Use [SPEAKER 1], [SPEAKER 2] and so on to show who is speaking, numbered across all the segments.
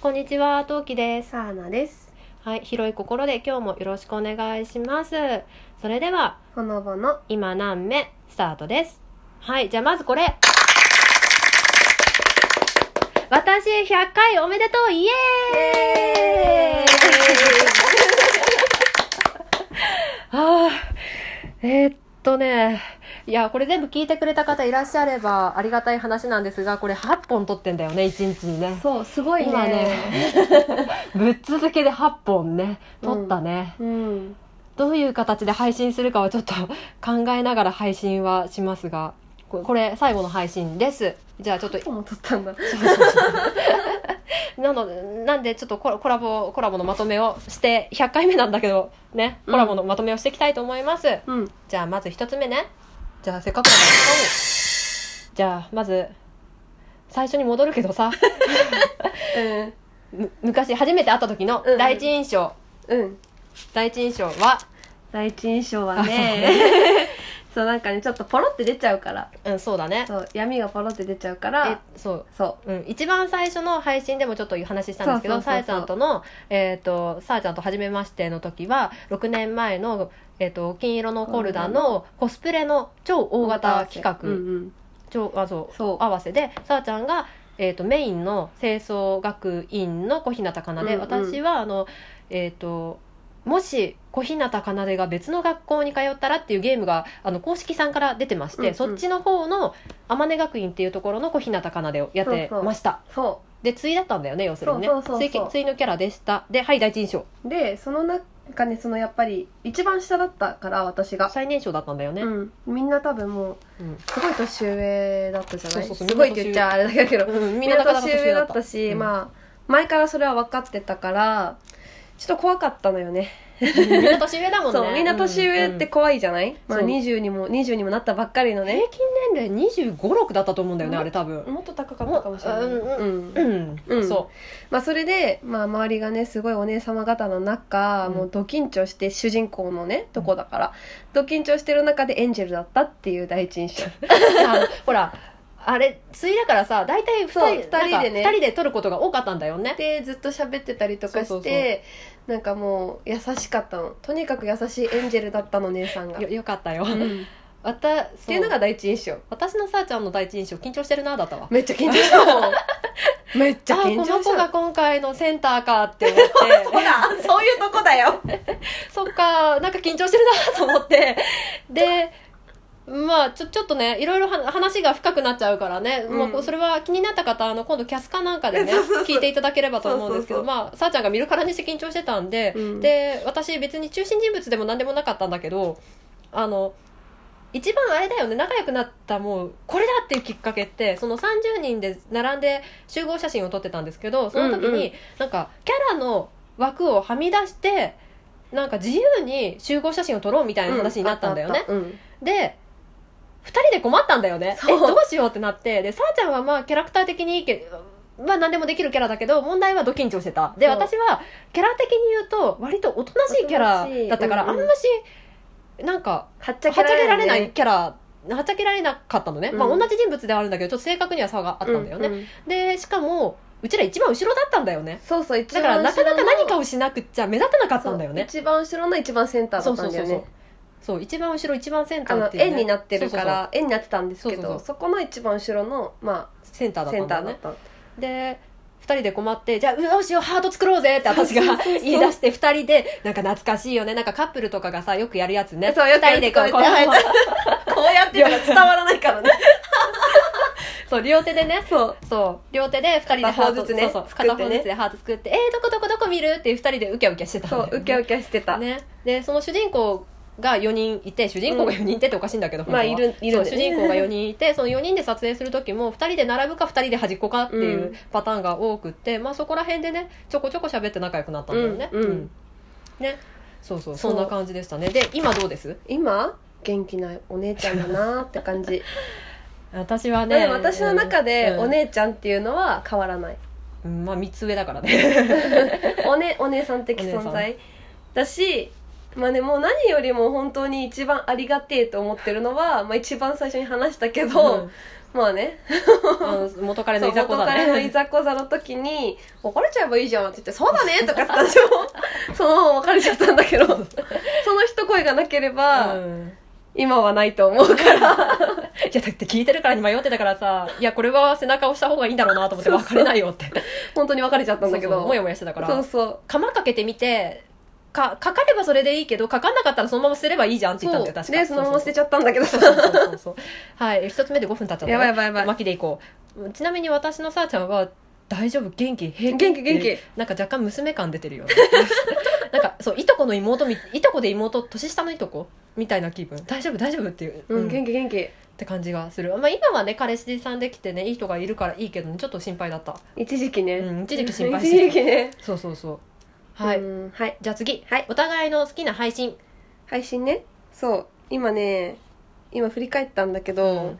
[SPEAKER 1] こんにちは、トウキです。
[SPEAKER 2] サーナです。
[SPEAKER 1] はい、広い心で今日もよろしくお願いします。それでは、
[SPEAKER 2] ほのぼの。
[SPEAKER 1] 今何目、スタートです。はい、じゃあまずこれ。私、100回おめでとうイエーイ
[SPEAKER 2] イエーイ
[SPEAKER 1] あーえーっとね、いや、これ全部聞いてくれた方いらっしゃればありがたい話なんですが、これ8本撮ってんだよね、1日にね。
[SPEAKER 2] そう、すごいね。
[SPEAKER 1] 今ねぶっ続けで8本ね撮ったね、
[SPEAKER 2] うん。
[SPEAKER 1] どういう形で配信するかはちょっと 考えながら配信はしますがここれ最後の配信ですじゃあちょっと
[SPEAKER 2] 今も撮ったんだ。
[SPEAKER 1] なのでなんでちょっとコラコラボコラボのまとめをして100回目なんだけどねコラボのまとめをしていきたいと思います、
[SPEAKER 2] うん。
[SPEAKER 1] じゃあまず1つ目ねじゃあせっかくだからじゃあまず最初に戻るけどさむ昔初めて会った時の第一印象、
[SPEAKER 2] うん。うん。
[SPEAKER 1] 第一印象は
[SPEAKER 2] 第一印象は
[SPEAKER 1] あ
[SPEAKER 2] ね、そう、なんかね、ちょっとポロって出ちゃうから。
[SPEAKER 1] うん、そうだね。
[SPEAKER 2] そう、闇がポロって出ちゃうか
[SPEAKER 1] え
[SPEAKER 2] ら、
[SPEAKER 1] そう。
[SPEAKER 2] そ
[SPEAKER 1] うん、一番最初の配信でもちょっと話したんですけど、
[SPEAKER 2] そうそう
[SPEAKER 1] さえ
[SPEAKER 2] そうそう
[SPEAKER 1] ちゃんとの、えっ、と、さえちゃんと初めましての時は、6年前の、えっ、と、金色のコルダのコスプレの超
[SPEAKER 2] う。
[SPEAKER 1] 大型企画、
[SPEAKER 2] うんうん。
[SPEAKER 1] 超、あ、そう、
[SPEAKER 2] そう
[SPEAKER 1] 合わせで、さえちゃんが、えっ、と、メインの清掃学院の小日向かなで、
[SPEAKER 2] うんうん
[SPEAKER 1] 私は、あの、えっ、と、もし小日向かなでが別の学校に通ったらっていうゲームがあの公式さんから出てまして、
[SPEAKER 2] うんうん
[SPEAKER 1] そっちの方の天音学院っていうところの小日向かなでをやってました
[SPEAKER 2] そ
[SPEAKER 1] で対だったんだよね要するにね
[SPEAKER 2] そうそうそうそう
[SPEAKER 1] 対対のキャラでしたではい第一印象
[SPEAKER 2] う。で、その中ね、そのやっぱり、一番下だったから、私が。
[SPEAKER 1] 最年少だったんだよね、
[SPEAKER 2] うん。みんな多分も
[SPEAKER 1] う
[SPEAKER 2] う、
[SPEAKER 1] ん
[SPEAKER 2] すごい年上だったじゃない
[SPEAKER 1] そうそうそう
[SPEAKER 2] すごいって言っちゃあれだけど。
[SPEAKER 1] うんみ
[SPEAKER 2] み
[SPEAKER 1] ん
[SPEAKER 2] ん
[SPEAKER 1] ななか
[SPEAKER 2] な
[SPEAKER 1] なか
[SPEAKER 2] 年
[SPEAKER 1] 年上
[SPEAKER 2] 上
[SPEAKER 1] だ
[SPEAKER 2] だ
[SPEAKER 1] っ
[SPEAKER 2] ったたし、
[SPEAKER 1] うん
[SPEAKER 2] まあ前からそれは分かってたからちょっと怖かったのよね
[SPEAKER 1] みんな年上だもんね
[SPEAKER 2] そうみんな年上って
[SPEAKER 1] うん
[SPEAKER 2] 怖いじゃない、まあ、
[SPEAKER 1] そう
[SPEAKER 2] 20にも20にもなったばっかりのね
[SPEAKER 1] 平均年齢2 5 6だったと思うんだよね、
[SPEAKER 2] うん
[SPEAKER 1] あれ多分
[SPEAKER 2] もっと高か
[SPEAKER 1] ったかもしれない
[SPEAKER 2] うん
[SPEAKER 1] うん、
[SPEAKER 2] うん
[SPEAKER 1] そ
[SPEAKER 2] まあ、それで、まあ、周りがねすごいお姉様方の中、
[SPEAKER 1] うん
[SPEAKER 2] もうド緊張して主人公のねとこだからド緊張してる中でエンジェルだったっていう第一印象
[SPEAKER 1] うあのほらあれ対だからさ大体2人
[SPEAKER 2] そう
[SPEAKER 1] なんか
[SPEAKER 2] 二人でね
[SPEAKER 1] 二人で撮ることが多かったんだよね
[SPEAKER 2] でずっと喋ってたりとかして
[SPEAKER 1] そうそう
[SPEAKER 2] なんかもう優しかったのとにかく優しいエンジェルだったの姉さんが
[SPEAKER 1] よよかったよ、
[SPEAKER 2] うん
[SPEAKER 1] わたっ
[SPEAKER 2] っていうのが第一印象
[SPEAKER 1] 私のさあちゃんの第一印象緊張してるなだったわ
[SPEAKER 2] めっちゃ緊張したもん めっちゃ
[SPEAKER 1] あ
[SPEAKER 2] 緊
[SPEAKER 1] この
[SPEAKER 2] 張し
[SPEAKER 1] 子が
[SPEAKER 2] た
[SPEAKER 1] 今回のセンターかって思って
[SPEAKER 2] そうだそういうとこだよ
[SPEAKER 1] そっか、なんか緊張してるなと思って。で、まあ、ちょ、ちょっとね、いろいろは話が深くなっちゃうからね、
[SPEAKER 2] うん
[SPEAKER 1] もうそれは気になった方、あの、今度キャスカなんかでね
[SPEAKER 2] そうそうそう、
[SPEAKER 1] 聞いていただければと思うんですけど、
[SPEAKER 2] そう
[SPEAKER 1] まあ、さあちゃんが見るからにして緊張してたんで、
[SPEAKER 2] うん
[SPEAKER 1] で、私別に中心人物でも何でもなかったんだけど、あの、一番あれだよね、仲良くなったもう、これだっていうきっかけって、その30人で並んで集合写真を撮ってたんですけど、その時に、
[SPEAKER 2] うんうん
[SPEAKER 1] なんか、キャラの枠をはみ出して、なんか自由に集合写真を撮ろうみたいな話になったんだよね。
[SPEAKER 2] うん
[SPEAKER 1] で、二人で困ったんだよね。え、
[SPEAKER 2] そう
[SPEAKER 1] どうしようってなって、で、さあちゃんはまあキャラクター的にいいけど、まあ何でもできるキャラだけど、問題はド緊張してた。で、
[SPEAKER 2] そう
[SPEAKER 1] 私はキャラ的に言うと、割とおとなしいキャラだったから、
[SPEAKER 2] おとなしい
[SPEAKER 1] あんまし、なんか、
[SPEAKER 2] はっち
[SPEAKER 1] は
[SPEAKER 2] ゃ
[SPEAKER 1] っちゃ
[SPEAKER 2] け
[SPEAKER 1] けら
[SPEAKER 2] ら
[SPEAKER 1] れ
[SPEAKER 2] れ
[SPEAKER 1] な
[SPEAKER 2] ないい
[SPEAKER 1] キャラ、はっちゃけられなかったのね。まあ
[SPEAKER 2] うん
[SPEAKER 1] 同じ人物ではあるんだけど、ちょっと性格には差があ
[SPEAKER 2] あ
[SPEAKER 1] ったんだよね。で、しかも、うちら一番後ろだったんだよね。
[SPEAKER 2] そうそう一
[SPEAKER 1] だからなかなか何か
[SPEAKER 2] を
[SPEAKER 1] をしなくっちゃ目立たなかったんだよね。
[SPEAKER 2] 一番後ろの一番センターだ
[SPEAKER 1] そう
[SPEAKER 2] った
[SPEAKER 1] そうん
[SPEAKER 2] だ
[SPEAKER 1] そう
[SPEAKER 2] よ
[SPEAKER 1] そう
[SPEAKER 2] ね。
[SPEAKER 1] そう、一番後ろ、一番センタ
[SPEAKER 2] あ
[SPEAKER 1] ー
[SPEAKER 2] の
[SPEAKER 1] っていう、ね。
[SPEAKER 2] 円になってるから円になってたんですけ
[SPEAKER 1] そうそう
[SPEAKER 2] ど
[SPEAKER 1] そう
[SPEAKER 2] そこの一番後ろのま
[SPEAKER 1] そうそうそう。センター
[SPEAKER 2] あ
[SPEAKER 1] だっ
[SPEAKER 2] セ
[SPEAKER 1] たん
[SPEAKER 2] ンタ
[SPEAKER 1] だよ
[SPEAKER 2] ーだっ
[SPEAKER 1] ね。
[SPEAKER 2] た
[SPEAKER 1] で、二人で困って、じゃあ、うわどうしよう、ハート作ろうぜって私が
[SPEAKER 2] そうそうそうそう
[SPEAKER 1] 言い出して、二人で、なんか懐かしいよね。なんかカップルとかがさ、よくやるやつね。
[SPEAKER 2] そうよく
[SPEAKER 1] 二人
[SPEAKER 2] やる
[SPEAKER 1] でこう、こ
[SPEAKER 2] こうやって
[SPEAKER 1] う
[SPEAKER 2] こうやってたら伝わらないからね
[SPEAKER 1] そう、両手でね。
[SPEAKER 2] そう
[SPEAKER 1] そう、両手で二人でハート
[SPEAKER 2] 片方ずつね
[SPEAKER 1] そうそう、
[SPEAKER 2] 作ってね
[SPEAKER 1] 片方ずつでハート作って、えー、どこどこどこ見るっていう二人でウキャウキャしてたんだ
[SPEAKER 2] そ
[SPEAKER 1] よ、ね。
[SPEAKER 2] うウキャウキャしてた
[SPEAKER 1] ね、でその主人公が4人いて主人公が4人いてっておかしいんだけど、
[SPEAKER 2] まあ
[SPEAKER 1] 本当はい
[SPEAKER 2] るいる
[SPEAKER 1] そ
[SPEAKER 2] ん
[SPEAKER 1] う
[SPEAKER 2] だ
[SPEAKER 1] 主
[SPEAKER 2] よね
[SPEAKER 1] 人公が4人いてその4人で撮影する時も2人で並ぶか2人で端っこかっていううんパターンが多くって、まあ、そこら辺でねちょこちょこ喋って仲良くなったんだよね。
[SPEAKER 2] うんうん
[SPEAKER 1] ねそうそう
[SPEAKER 2] そう
[SPEAKER 1] そんな感じでしたねで今どうです
[SPEAKER 2] 今元気なお姉ちゃんだなーって感じ
[SPEAKER 1] 私は
[SPEAKER 2] まあ
[SPEAKER 1] ね
[SPEAKER 2] でも私の中で
[SPEAKER 1] うん
[SPEAKER 2] お姉ちゃんっていうのは変わらない
[SPEAKER 1] うんまあ3つ上だからね
[SPEAKER 2] お,、ね、お姉さん的存在だしまあね、もう何よりも本当に一番ありがてえと思ってるのは、まあ一番最初に話したけど、まあね、
[SPEAKER 1] うんうん元彼
[SPEAKER 2] そ
[SPEAKER 1] の
[SPEAKER 2] う
[SPEAKER 1] いざこざ
[SPEAKER 2] 元彼のい
[SPEAKER 1] ね
[SPEAKER 2] ざこざの時に、別れちゃえばいいじゃんって言って、そうだねとか って私も、そのまま別れちゃったんだけど、その一声がなければ、
[SPEAKER 1] うん
[SPEAKER 2] 今はないと思うから。
[SPEAKER 1] いやだって聞いてるからに迷ってたからさいやこれは背中を押した方がいいんだろうなと思って
[SPEAKER 2] そうそう
[SPEAKER 1] 別れないよって
[SPEAKER 2] 本当に別れちゃったんだけ
[SPEAKER 1] そう
[SPEAKER 2] ど。
[SPEAKER 1] そうもやもやしてたから
[SPEAKER 2] そうそう。
[SPEAKER 1] 釜かけてみてかかかればそれでいいけどかかんなかったらそのまま捨てればいいじゃんって言ったんだよ
[SPEAKER 2] そ
[SPEAKER 1] 確
[SPEAKER 2] う
[SPEAKER 1] か
[SPEAKER 2] で、そのまま捨てちゃったんだけどさ。
[SPEAKER 1] そうそうそうそうそうはい一つ目で5分経っちゃったね
[SPEAKER 2] やばいやばいやばい
[SPEAKER 1] 巻きでいこうちなみに私のさーちゃんは大丈夫元気平気
[SPEAKER 2] 元気元気
[SPEAKER 1] なんか若干娘感出てるよね なんかそういとこの妹みいとこで妹年下のいとこみたいな気分大丈夫大丈夫っていう、
[SPEAKER 2] うん、
[SPEAKER 1] っ
[SPEAKER 2] 元気元気。
[SPEAKER 1] て感じがする、まあ、今はね彼氏さんできてねいい人がいるからいいけどねちょっと心配だった
[SPEAKER 2] 一時期ね。
[SPEAKER 1] うん一時期心配して
[SPEAKER 2] 一
[SPEAKER 1] た
[SPEAKER 2] 時期ね。
[SPEAKER 1] そうそうそうはい、
[SPEAKER 2] うん はい。
[SPEAKER 1] じゃあ次、
[SPEAKER 2] はい
[SPEAKER 1] お互いの好きな配信
[SPEAKER 2] 配信ね。そう。今ね、今振り返ったんだけ
[SPEAKER 1] う
[SPEAKER 2] ど
[SPEAKER 1] ん、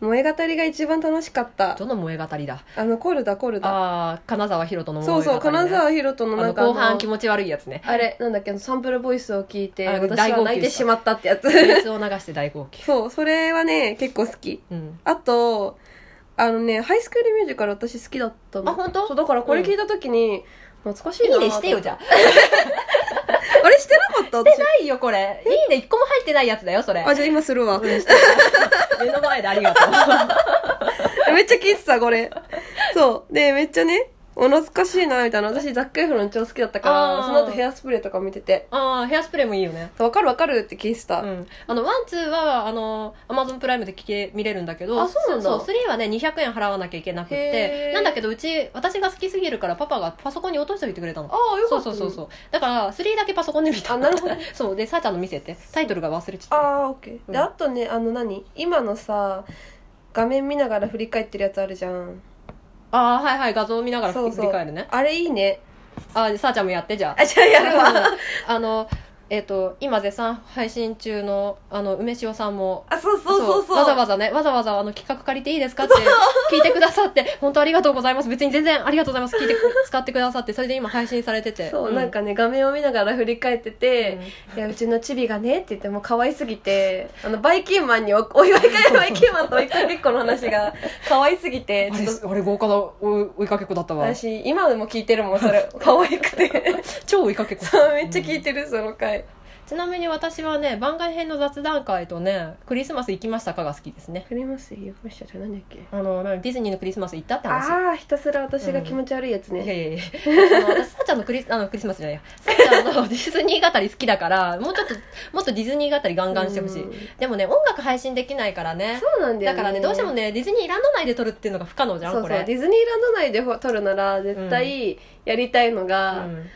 [SPEAKER 2] 燃え語りが一番楽しかった。
[SPEAKER 1] どの萌え語りだ
[SPEAKER 2] あの、コールだ、コールだ。
[SPEAKER 1] ああ金沢ひろとの萌
[SPEAKER 2] そ
[SPEAKER 1] え語
[SPEAKER 2] う
[SPEAKER 1] り、ね、
[SPEAKER 2] そう、金沢ひろとの
[SPEAKER 1] あ
[SPEAKER 2] な
[SPEAKER 1] の
[SPEAKER 2] んかあの
[SPEAKER 1] 後半気持ち悪いやつ ね
[SPEAKER 2] あれ、なんだっけ、サンプルボイスを聞いて、
[SPEAKER 1] あ
[SPEAKER 2] 私
[SPEAKER 1] 大号
[SPEAKER 2] は
[SPEAKER 1] 泣
[SPEAKER 2] 泣いてしまったってやつ。
[SPEAKER 1] 熱を流して大号泣
[SPEAKER 2] そう、それはね、結構好き。
[SPEAKER 1] うん
[SPEAKER 2] あと、あのね、ハイスクールミュージカル私好きだったの。
[SPEAKER 1] あ本当
[SPEAKER 2] そう、だからこれ聞いた時に、懐かしい
[SPEAKER 1] い
[SPEAKER 2] な。
[SPEAKER 1] いねしてよじゃ。あ
[SPEAKER 2] あれしてなかった私。
[SPEAKER 1] ないよこれいいね一個も入ってないやつだよそれ
[SPEAKER 2] あ、じゃあ今するわ。
[SPEAKER 1] うんして目の前でありがとう
[SPEAKER 2] めっちゃ聞いてた、これ。そう。で、めっちゃね、お懐かしいな、みたいな。私、ザックエフロン超好きだったから
[SPEAKER 1] あ、ー
[SPEAKER 2] その後ヘアスプレーとか見てて、
[SPEAKER 1] ああヘアスプレーもいいよね
[SPEAKER 2] わかるわかるって聞いて
[SPEAKER 1] う
[SPEAKER 2] た。
[SPEAKER 1] ん、あのワンツーはあのアマゾンプライムで聞け見れるんだけど
[SPEAKER 2] あそうなんだ
[SPEAKER 1] そう3はね200円払わなきゃいけなくって
[SPEAKER 2] へー
[SPEAKER 1] なんだけどうち私が好きすぎるからパパがパソコンに落としておいてくれたの
[SPEAKER 2] ああ、よ
[SPEAKER 1] そ
[SPEAKER 2] か
[SPEAKER 1] う
[SPEAKER 2] っ
[SPEAKER 1] そ
[SPEAKER 2] た。
[SPEAKER 1] うそうそうだから3だけパソコンで見た
[SPEAKER 2] あ、なるほど。
[SPEAKER 1] そうでさーちゃんの見せてタイトルが忘れちゃった
[SPEAKER 2] ああ、オッケ
[SPEAKER 1] う
[SPEAKER 2] ー。
[SPEAKER 1] ん
[SPEAKER 2] で、あとね、あの何今のさ、画面見ながら振り返ってるやつあるじゃん。
[SPEAKER 1] ああーはいはい画像を見ながら振
[SPEAKER 2] そう
[SPEAKER 1] り
[SPEAKER 2] そう
[SPEAKER 1] 返るね
[SPEAKER 2] あれいいね。
[SPEAKER 1] あーさーちゃんもやってじゃあ
[SPEAKER 2] あ、じゃあやるわ。
[SPEAKER 1] あのえっ、と今絶賛配信中のあの梅塩さんも
[SPEAKER 2] あ、そうそうそうそう。
[SPEAKER 1] わざわざねわざわざあの企画借りていいですか って聞いてくださって本当ありがとうございます別に全然ありがとうございます聞いてく使ってくださってそれで今配信されてて
[SPEAKER 2] そう、
[SPEAKER 1] う
[SPEAKER 2] なんかね、画面を見ながら振り返ってて、
[SPEAKER 1] う
[SPEAKER 2] いや、うちのチビがね、って言ってもう可愛すぎて、あの、バイキンマンにお、お祝い会バイキンマンと追いかけっこの話が可愛すぎて
[SPEAKER 1] ん、あ
[SPEAKER 2] ち
[SPEAKER 1] れ
[SPEAKER 2] ょっと、
[SPEAKER 1] あれ豪華な追追いかけっこだったわ
[SPEAKER 2] 私、今でも聞いてるもん、それ。可愛くて。
[SPEAKER 1] 超追いかけっこ
[SPEAKER 2] そう、めっちゃ聞いてる、その回。
[SPEAKER 1] ちなみに私はね番外編の雑談会とねクリスマス行きましたかが好きですね
[SPEAKER 2] 振りますよ、ましたじゃ何だっけ。
[SPEAKER 1] あのディズニーのクリスマス行ったって話
[SPEAKER 2] ああ、ひたすら私が気持ち悪いやつ
[SPEAKER 1] いや
[SPEAKER 2] ね。
[SPEAKER 1] いやいやあの私さーちゃんのクリスあのクリスマスじゃないやさーちゃんのデ ィズニー語り好きだからもうちょっともっとディズニー語りガンガンしてほしい、
[SPEAKER 2] うん
[SPEAKER 1] でもね音楽配信できないからね
[SPEAKER 2] そうなんだよ、
[SPEAKER 1] だからねどうしてもねディズニーランド内で撮るっていうのが不可能じゃん
[SPEAKER 2] そうそう
[SPEAKER 1] こ
[SPEAKER 2] デ
[SPEAKER 1] れ
[SPEAKER 2] ィズニーランド内でほ撮るなら絶対やりたいのが、
[SPEAKER 1] うん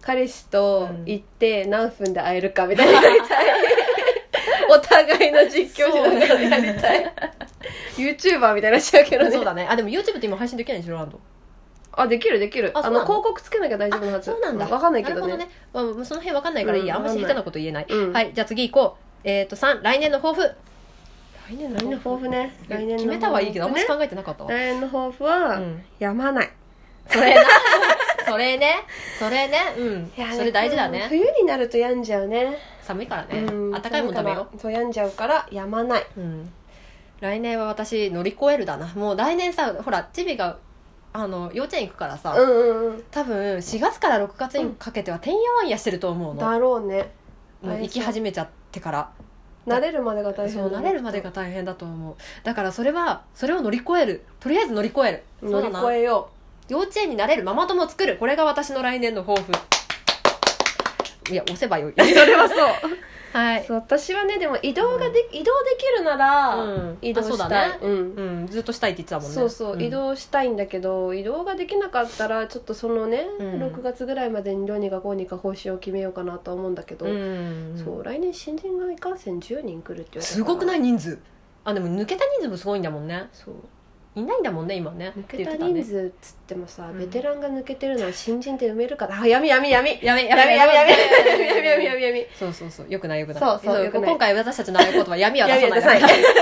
[SPEAKER 2] 彼氏と行って何分で会えるかみたいなのや りたいお互いの実況しながらやりたい YouTuber みたいなしちゃうけどね
[SPEAKER 1] そうだねあでも YouTube って今配信できないんでしょランド
[SPEAKER 2] あできるできる
[SPEAKER 1] あ
[SPEAKER 2] あ
[SPEAKER 1] そうなの
[SPEAKER 2] の広告つけなきゃ大丈夫なはず
[SPEAKER 1] あそうなんだ
[SPEAKER 2] わかんないけど
[SPEAKER 1] な
[SPEAKER 2] ね
[SPEAKER 1] るほどね、まあ、その辺わかんないからいいや、
[SPEAKER 2] うん
[SPEAKER 1] あんまし下手なこと言えない、
[SPEAKER 2] うん
[SPEAKER 1] はいじゃあ次行こうえっ、と3来年の抱負来年
[SPEAKER 2] 来年の抱負ね来年の抱負ね
[SPEAKER 1] 決めたはいいけどあんまし考えてなかったわ、
[SPEAKER 2] 来年の抱負は、
[SPEAKER 1] うん
[SPEAKER 2] やまない
[SPEAKER 1] それな それねそれねうん
[SPEAKER 2] いや
[SPEAKER 1] それ大事だね
[SPEAKER 2] 冬になると病んじゃうね
[SPEAKER 1] 寒いからね、
[SPEAKER 2] うん
[SPEAKER 1] 暖かいもん食べよ、
[SPEAKER 2] そう病んじゃうからやまないう
[SPEAKER 1] うん、来年は私乗り越えるだなもう来年さほらチビがあの幼稚園行くからさ、
[SPEAKER 2] うんうんうん
[SPEAKER 1] 多分4月から6月にかけてはてんやわんやしてると思うの、
[SPEAKER 2] だろうね
[SPEAKER 1] もう行き始めちゃってから
[SPEAKER 2] 慣れるまでが大変
[SPEAKER 1] そう慣れるまでが大変だと思うだからそれはそれを乗り越えるとりあえず乗り越える
[SPEAKER 2] 乗り
[SPEAKER 1] そうだ
[SPEAKER 2] 越
[SPEAKER 1] な
[SPEAKER 2] えよ
[SPEAKER 1] 幼稚園になれるママ友を作るこれが私の来年の抱負いや押せばよい
[SPEAKER 2] うそれはそう
[SPEAKER 1] はい
[SPEAKER 2] そう私 はねでも移動がで、移動できるなら、
[SPEAKER 1] うん
[SPEAKER 2] 移動し
[SPEAKER 1] あそう
[SPEAKER 2] たい
[SPEAKER 1] だね
[SPEAKER 2] うん
[SPEAKER 1] うん、ずっとしたいって言ってたもんね
[SPEAKER 2] そうそう、
[SPEAKER 1] ん
[SPEAKER 2] 移動したいんだけど移動ができなかったらちょっとそのね、
[SPEAKER 1] うん
[SPEAKER 2] 6月ぐらいまでにどうにかこうにか方針を決めようかなとは思うんだけど、
[SPEAKER 1] うん
[SPEAKER 2] そう来年新人がいかんせん10人来るって言われたから
[SPEAKER 1] すごくない人数あでも抜けた人数もすごいんだもんね
[SPEAKER 2] そう
[SPEAKER 1] いないんだもんね今ね
[SPEAKER 2] 抜けた
[SPEAKER 1] って言って
[SPEAKER 2] 人
[SPEAKER 1] ね
[SPEAKER 2] 数っつってもさ、
[SPEAKER 1] うん
[SPEAKER 2] ベテランが抜けてるのは新人で埋めるからあ闇闇闇闇
[SPEAKER 1] やめや
[SPEAKER 2] 闇
[SPEAKER 1] め
[SPEAKER 2] 闇
[SPEAKER 1] やめや
[SPEAKER 2] 闇
[SPEAKER 1] め
[SPEAKER 2] 闇闇闇闇闇
[SPEAKER 1] そうそうそうよくないよくない
[SPEAKER 2] そうそう
[SPEAKER 1] よ
[SPEAKER 2] よくない
[SPEAKER 1] 今回私たちのああいう言葉闇は出さない
[SPEAKER 2] 闇は出さ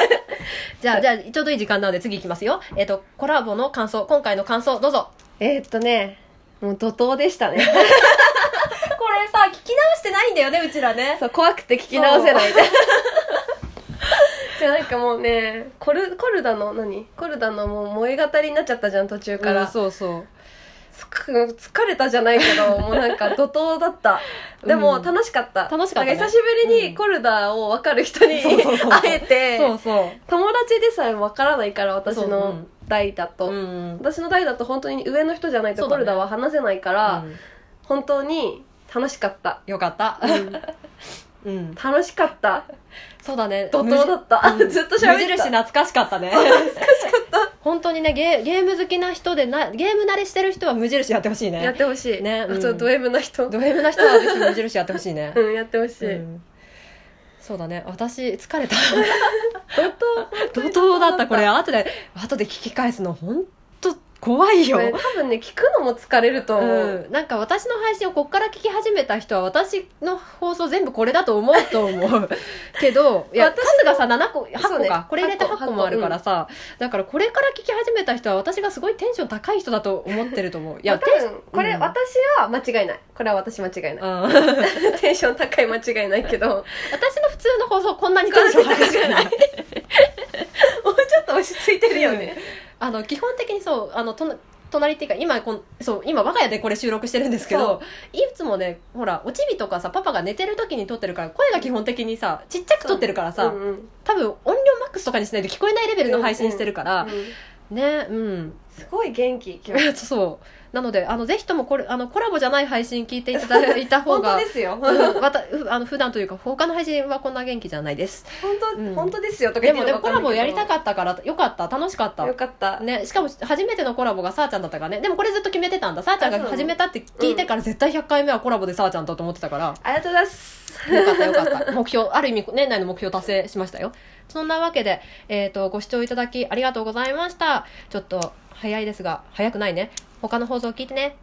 [SPEAKER 1] じゃあじゃあちょうどいい時間なので次いきますよえっ、とコラボの感想今回の感想どうぞ
[SPEAKER 2] えーっとねもう怒涛でしたねこれ
[SPEAKER 1] れさ聞き直してないんだよねうちらね
[SPEAKER 2] そう怖くて聞き直せない じゃあなんかもうねコルコルダの何コルダのもう燃え語りになっちゃったじゃん途中
[SPEAKER 1] だか、
[SPEAKER 2] からら、
[SPEAKER 1] そうそう
[SPEAKER 2] つく疲れたじゃないけ どもうなんか怒涛だったでも
[SPEAKER 1] うん
[SPEAKER 2] 楽しかった、
[SPEAKER 1] 楽しかったね
[SPEAKER 2] なん久しぶり
[SPEAKER 1] うん
[SPEAKER 2] にコルダを分かる人に
[SPEAKER 1] そうそうそう
[SPEAKER 2] 会えて
[SPEAKER 1] そうそ
[SPEAKER 2] 友達でさえ分からないから私
[SPEAKER 1] そうう
[SPEAKER 2] の
[SPEAKER 1] ん
[SPEAKER 2] 代だと、
[SPEAKER 1] ううん
[SPEAKER 2] 私の代だと本当に上の人じゃない
[SPEAKER 1] そ
[SPEAKER 2] と
[SPEAKER 1] うだね
[SPEAKER 2] コルダは話せないから、
[SPEAKER 1] うん
[SPEAKER 2] 本当に楽しかった、
[SPEAKER 1] よかったうん
[SPEAKER 2] 楽しかった
[SPEAKER 1] そうだね
[SPEAKER 2] 怒涛だった、
[SPEAKER 1] 無
[SPEAKER 2] ずっと喋
[SPEAKER 1] 無
[SPEAKER 2] って
[SPEAKER 1] 印
[SPEAKER 2] た
[SPEAKER 1] 懐かしかったね懐かしかった本当にねゲーゲーム好きな人でなゲーム慣れしてる人は無印やってほしい
[SPEAKER 2] やっ
[SPEAKER 1] ね
[SPEAKER 2] てほしい
[SPEAKER 1] ねうん
[SPEAKER 2] あとド M な人
[SPEAKER 1] ド M な人はぜひ無印やってほしい ね
[SPEAKER 2] うんやってほしい、
[SPEAKER 1] うんそうだね私疲れた 怒
[SPEAKER 2] 怒
[SPEAKER 1] 涛
[SPEAKER 2] 涛
[SPEAKER 1] だったこれ後で後で聞き返すの本当怖いよ
[SPEAKER 2] これ多分ね聞くのも疲れると思う、
[SPEAKER 1] うん、なんか私の配信をこっから聞き始めた人は私の放送全部これだと思うと思 うけどいや
[SPEAKER 2] 私
[SPEAKER 1] 数がさ7個8
[SPEAKER 2] そう
[SPEAKER 1] 個
[SPEAKER 2] ね
[SPEAKER 1] か、これ入れて
[SPEAKER 2] 8
[SPEAKER 1] 8
[SPEAKER 2] 個
[SPEAKER 1] 個もあるからさ、だからこれから聞き始めた人は私がすごいテンション高い人だと思ってると思うい
[SPEAKER 2] いや、
[SPEAKER 1] や
[SPEAKER 2] 多分、これ、
[SPEAKER 1] うん
[SPEAKER 2] 私は間違いない。これは私間違いない。
[SPEAKER 1] うん、私の
[SPEAKER 2] テンション高い間違いな いけど、
[SPEAKER 1] 普通の放送こんなにテンション高くない
[SPEAKER 2] もうちょっと落ち着いてるよね。
[SPEAKER 1] あの基本的にそうあのとな隣っていうか今こんそう今我が家でこれ収録してるんですけどいつもねほらおちびとかさパパが寝てる時に撮ってるから声が基本的にさちっちゃく撮ってるからさ、
[SPEAKER 2] うんうん
[SPEAKER 1] 多分音量マックスとかにしないと聞こえないレベルの配信してるから、
[SPEAKER 2] うん
[SPEAKER 1] ねうん
[SPEAKER 2] すごい元気、今日。
[SPEAKER 1] そうなのであのぜひともこれあのコラボじゃない配信聞いていただいた方
[SPEAKER 2] 本当
[SPEAKER 1] が
[SPEAKER 2] ですよ。
[SPEAKER 1] う
[SPEAKER 2] 本
[SPEAKER 1] ん、またうあの普段というか他の配信はこんな元気じゃないです
[SPEAKER 2] 当、
[SPEAKER 1] うん
[SPEAKER 2] 本当ですよ。とか
[SPEAKER 1] で
[SPEAKER 2] 言って
[SPEAKER 1] もでもコラボやりた
[SPEAKER 2] っ
[SPEAKER 1] かったからよかった楽しかった
[SPEAKER 2] よかった。
[SPEAKER 1] ね、しかも初めてのコラボがさーちゃんだったからねでもこれずっと決めてたんださーちゃんが
[SPEAKER 2] あそうなの
[SPEAKER 1] 始めたって聞いてから絶対100回目はコラボでさーちゃんとと思ってたから
[SPEAKER 2] ありがとうござ います。
[SPEAKER 1] よかったよかった。目標、ある意味、年内の目標達成しましたよ。そんなわけで、えっ、と、ご視聴いただきありがとうございました。ちょっと、早いですが、早くないね。他の放送聞いてね。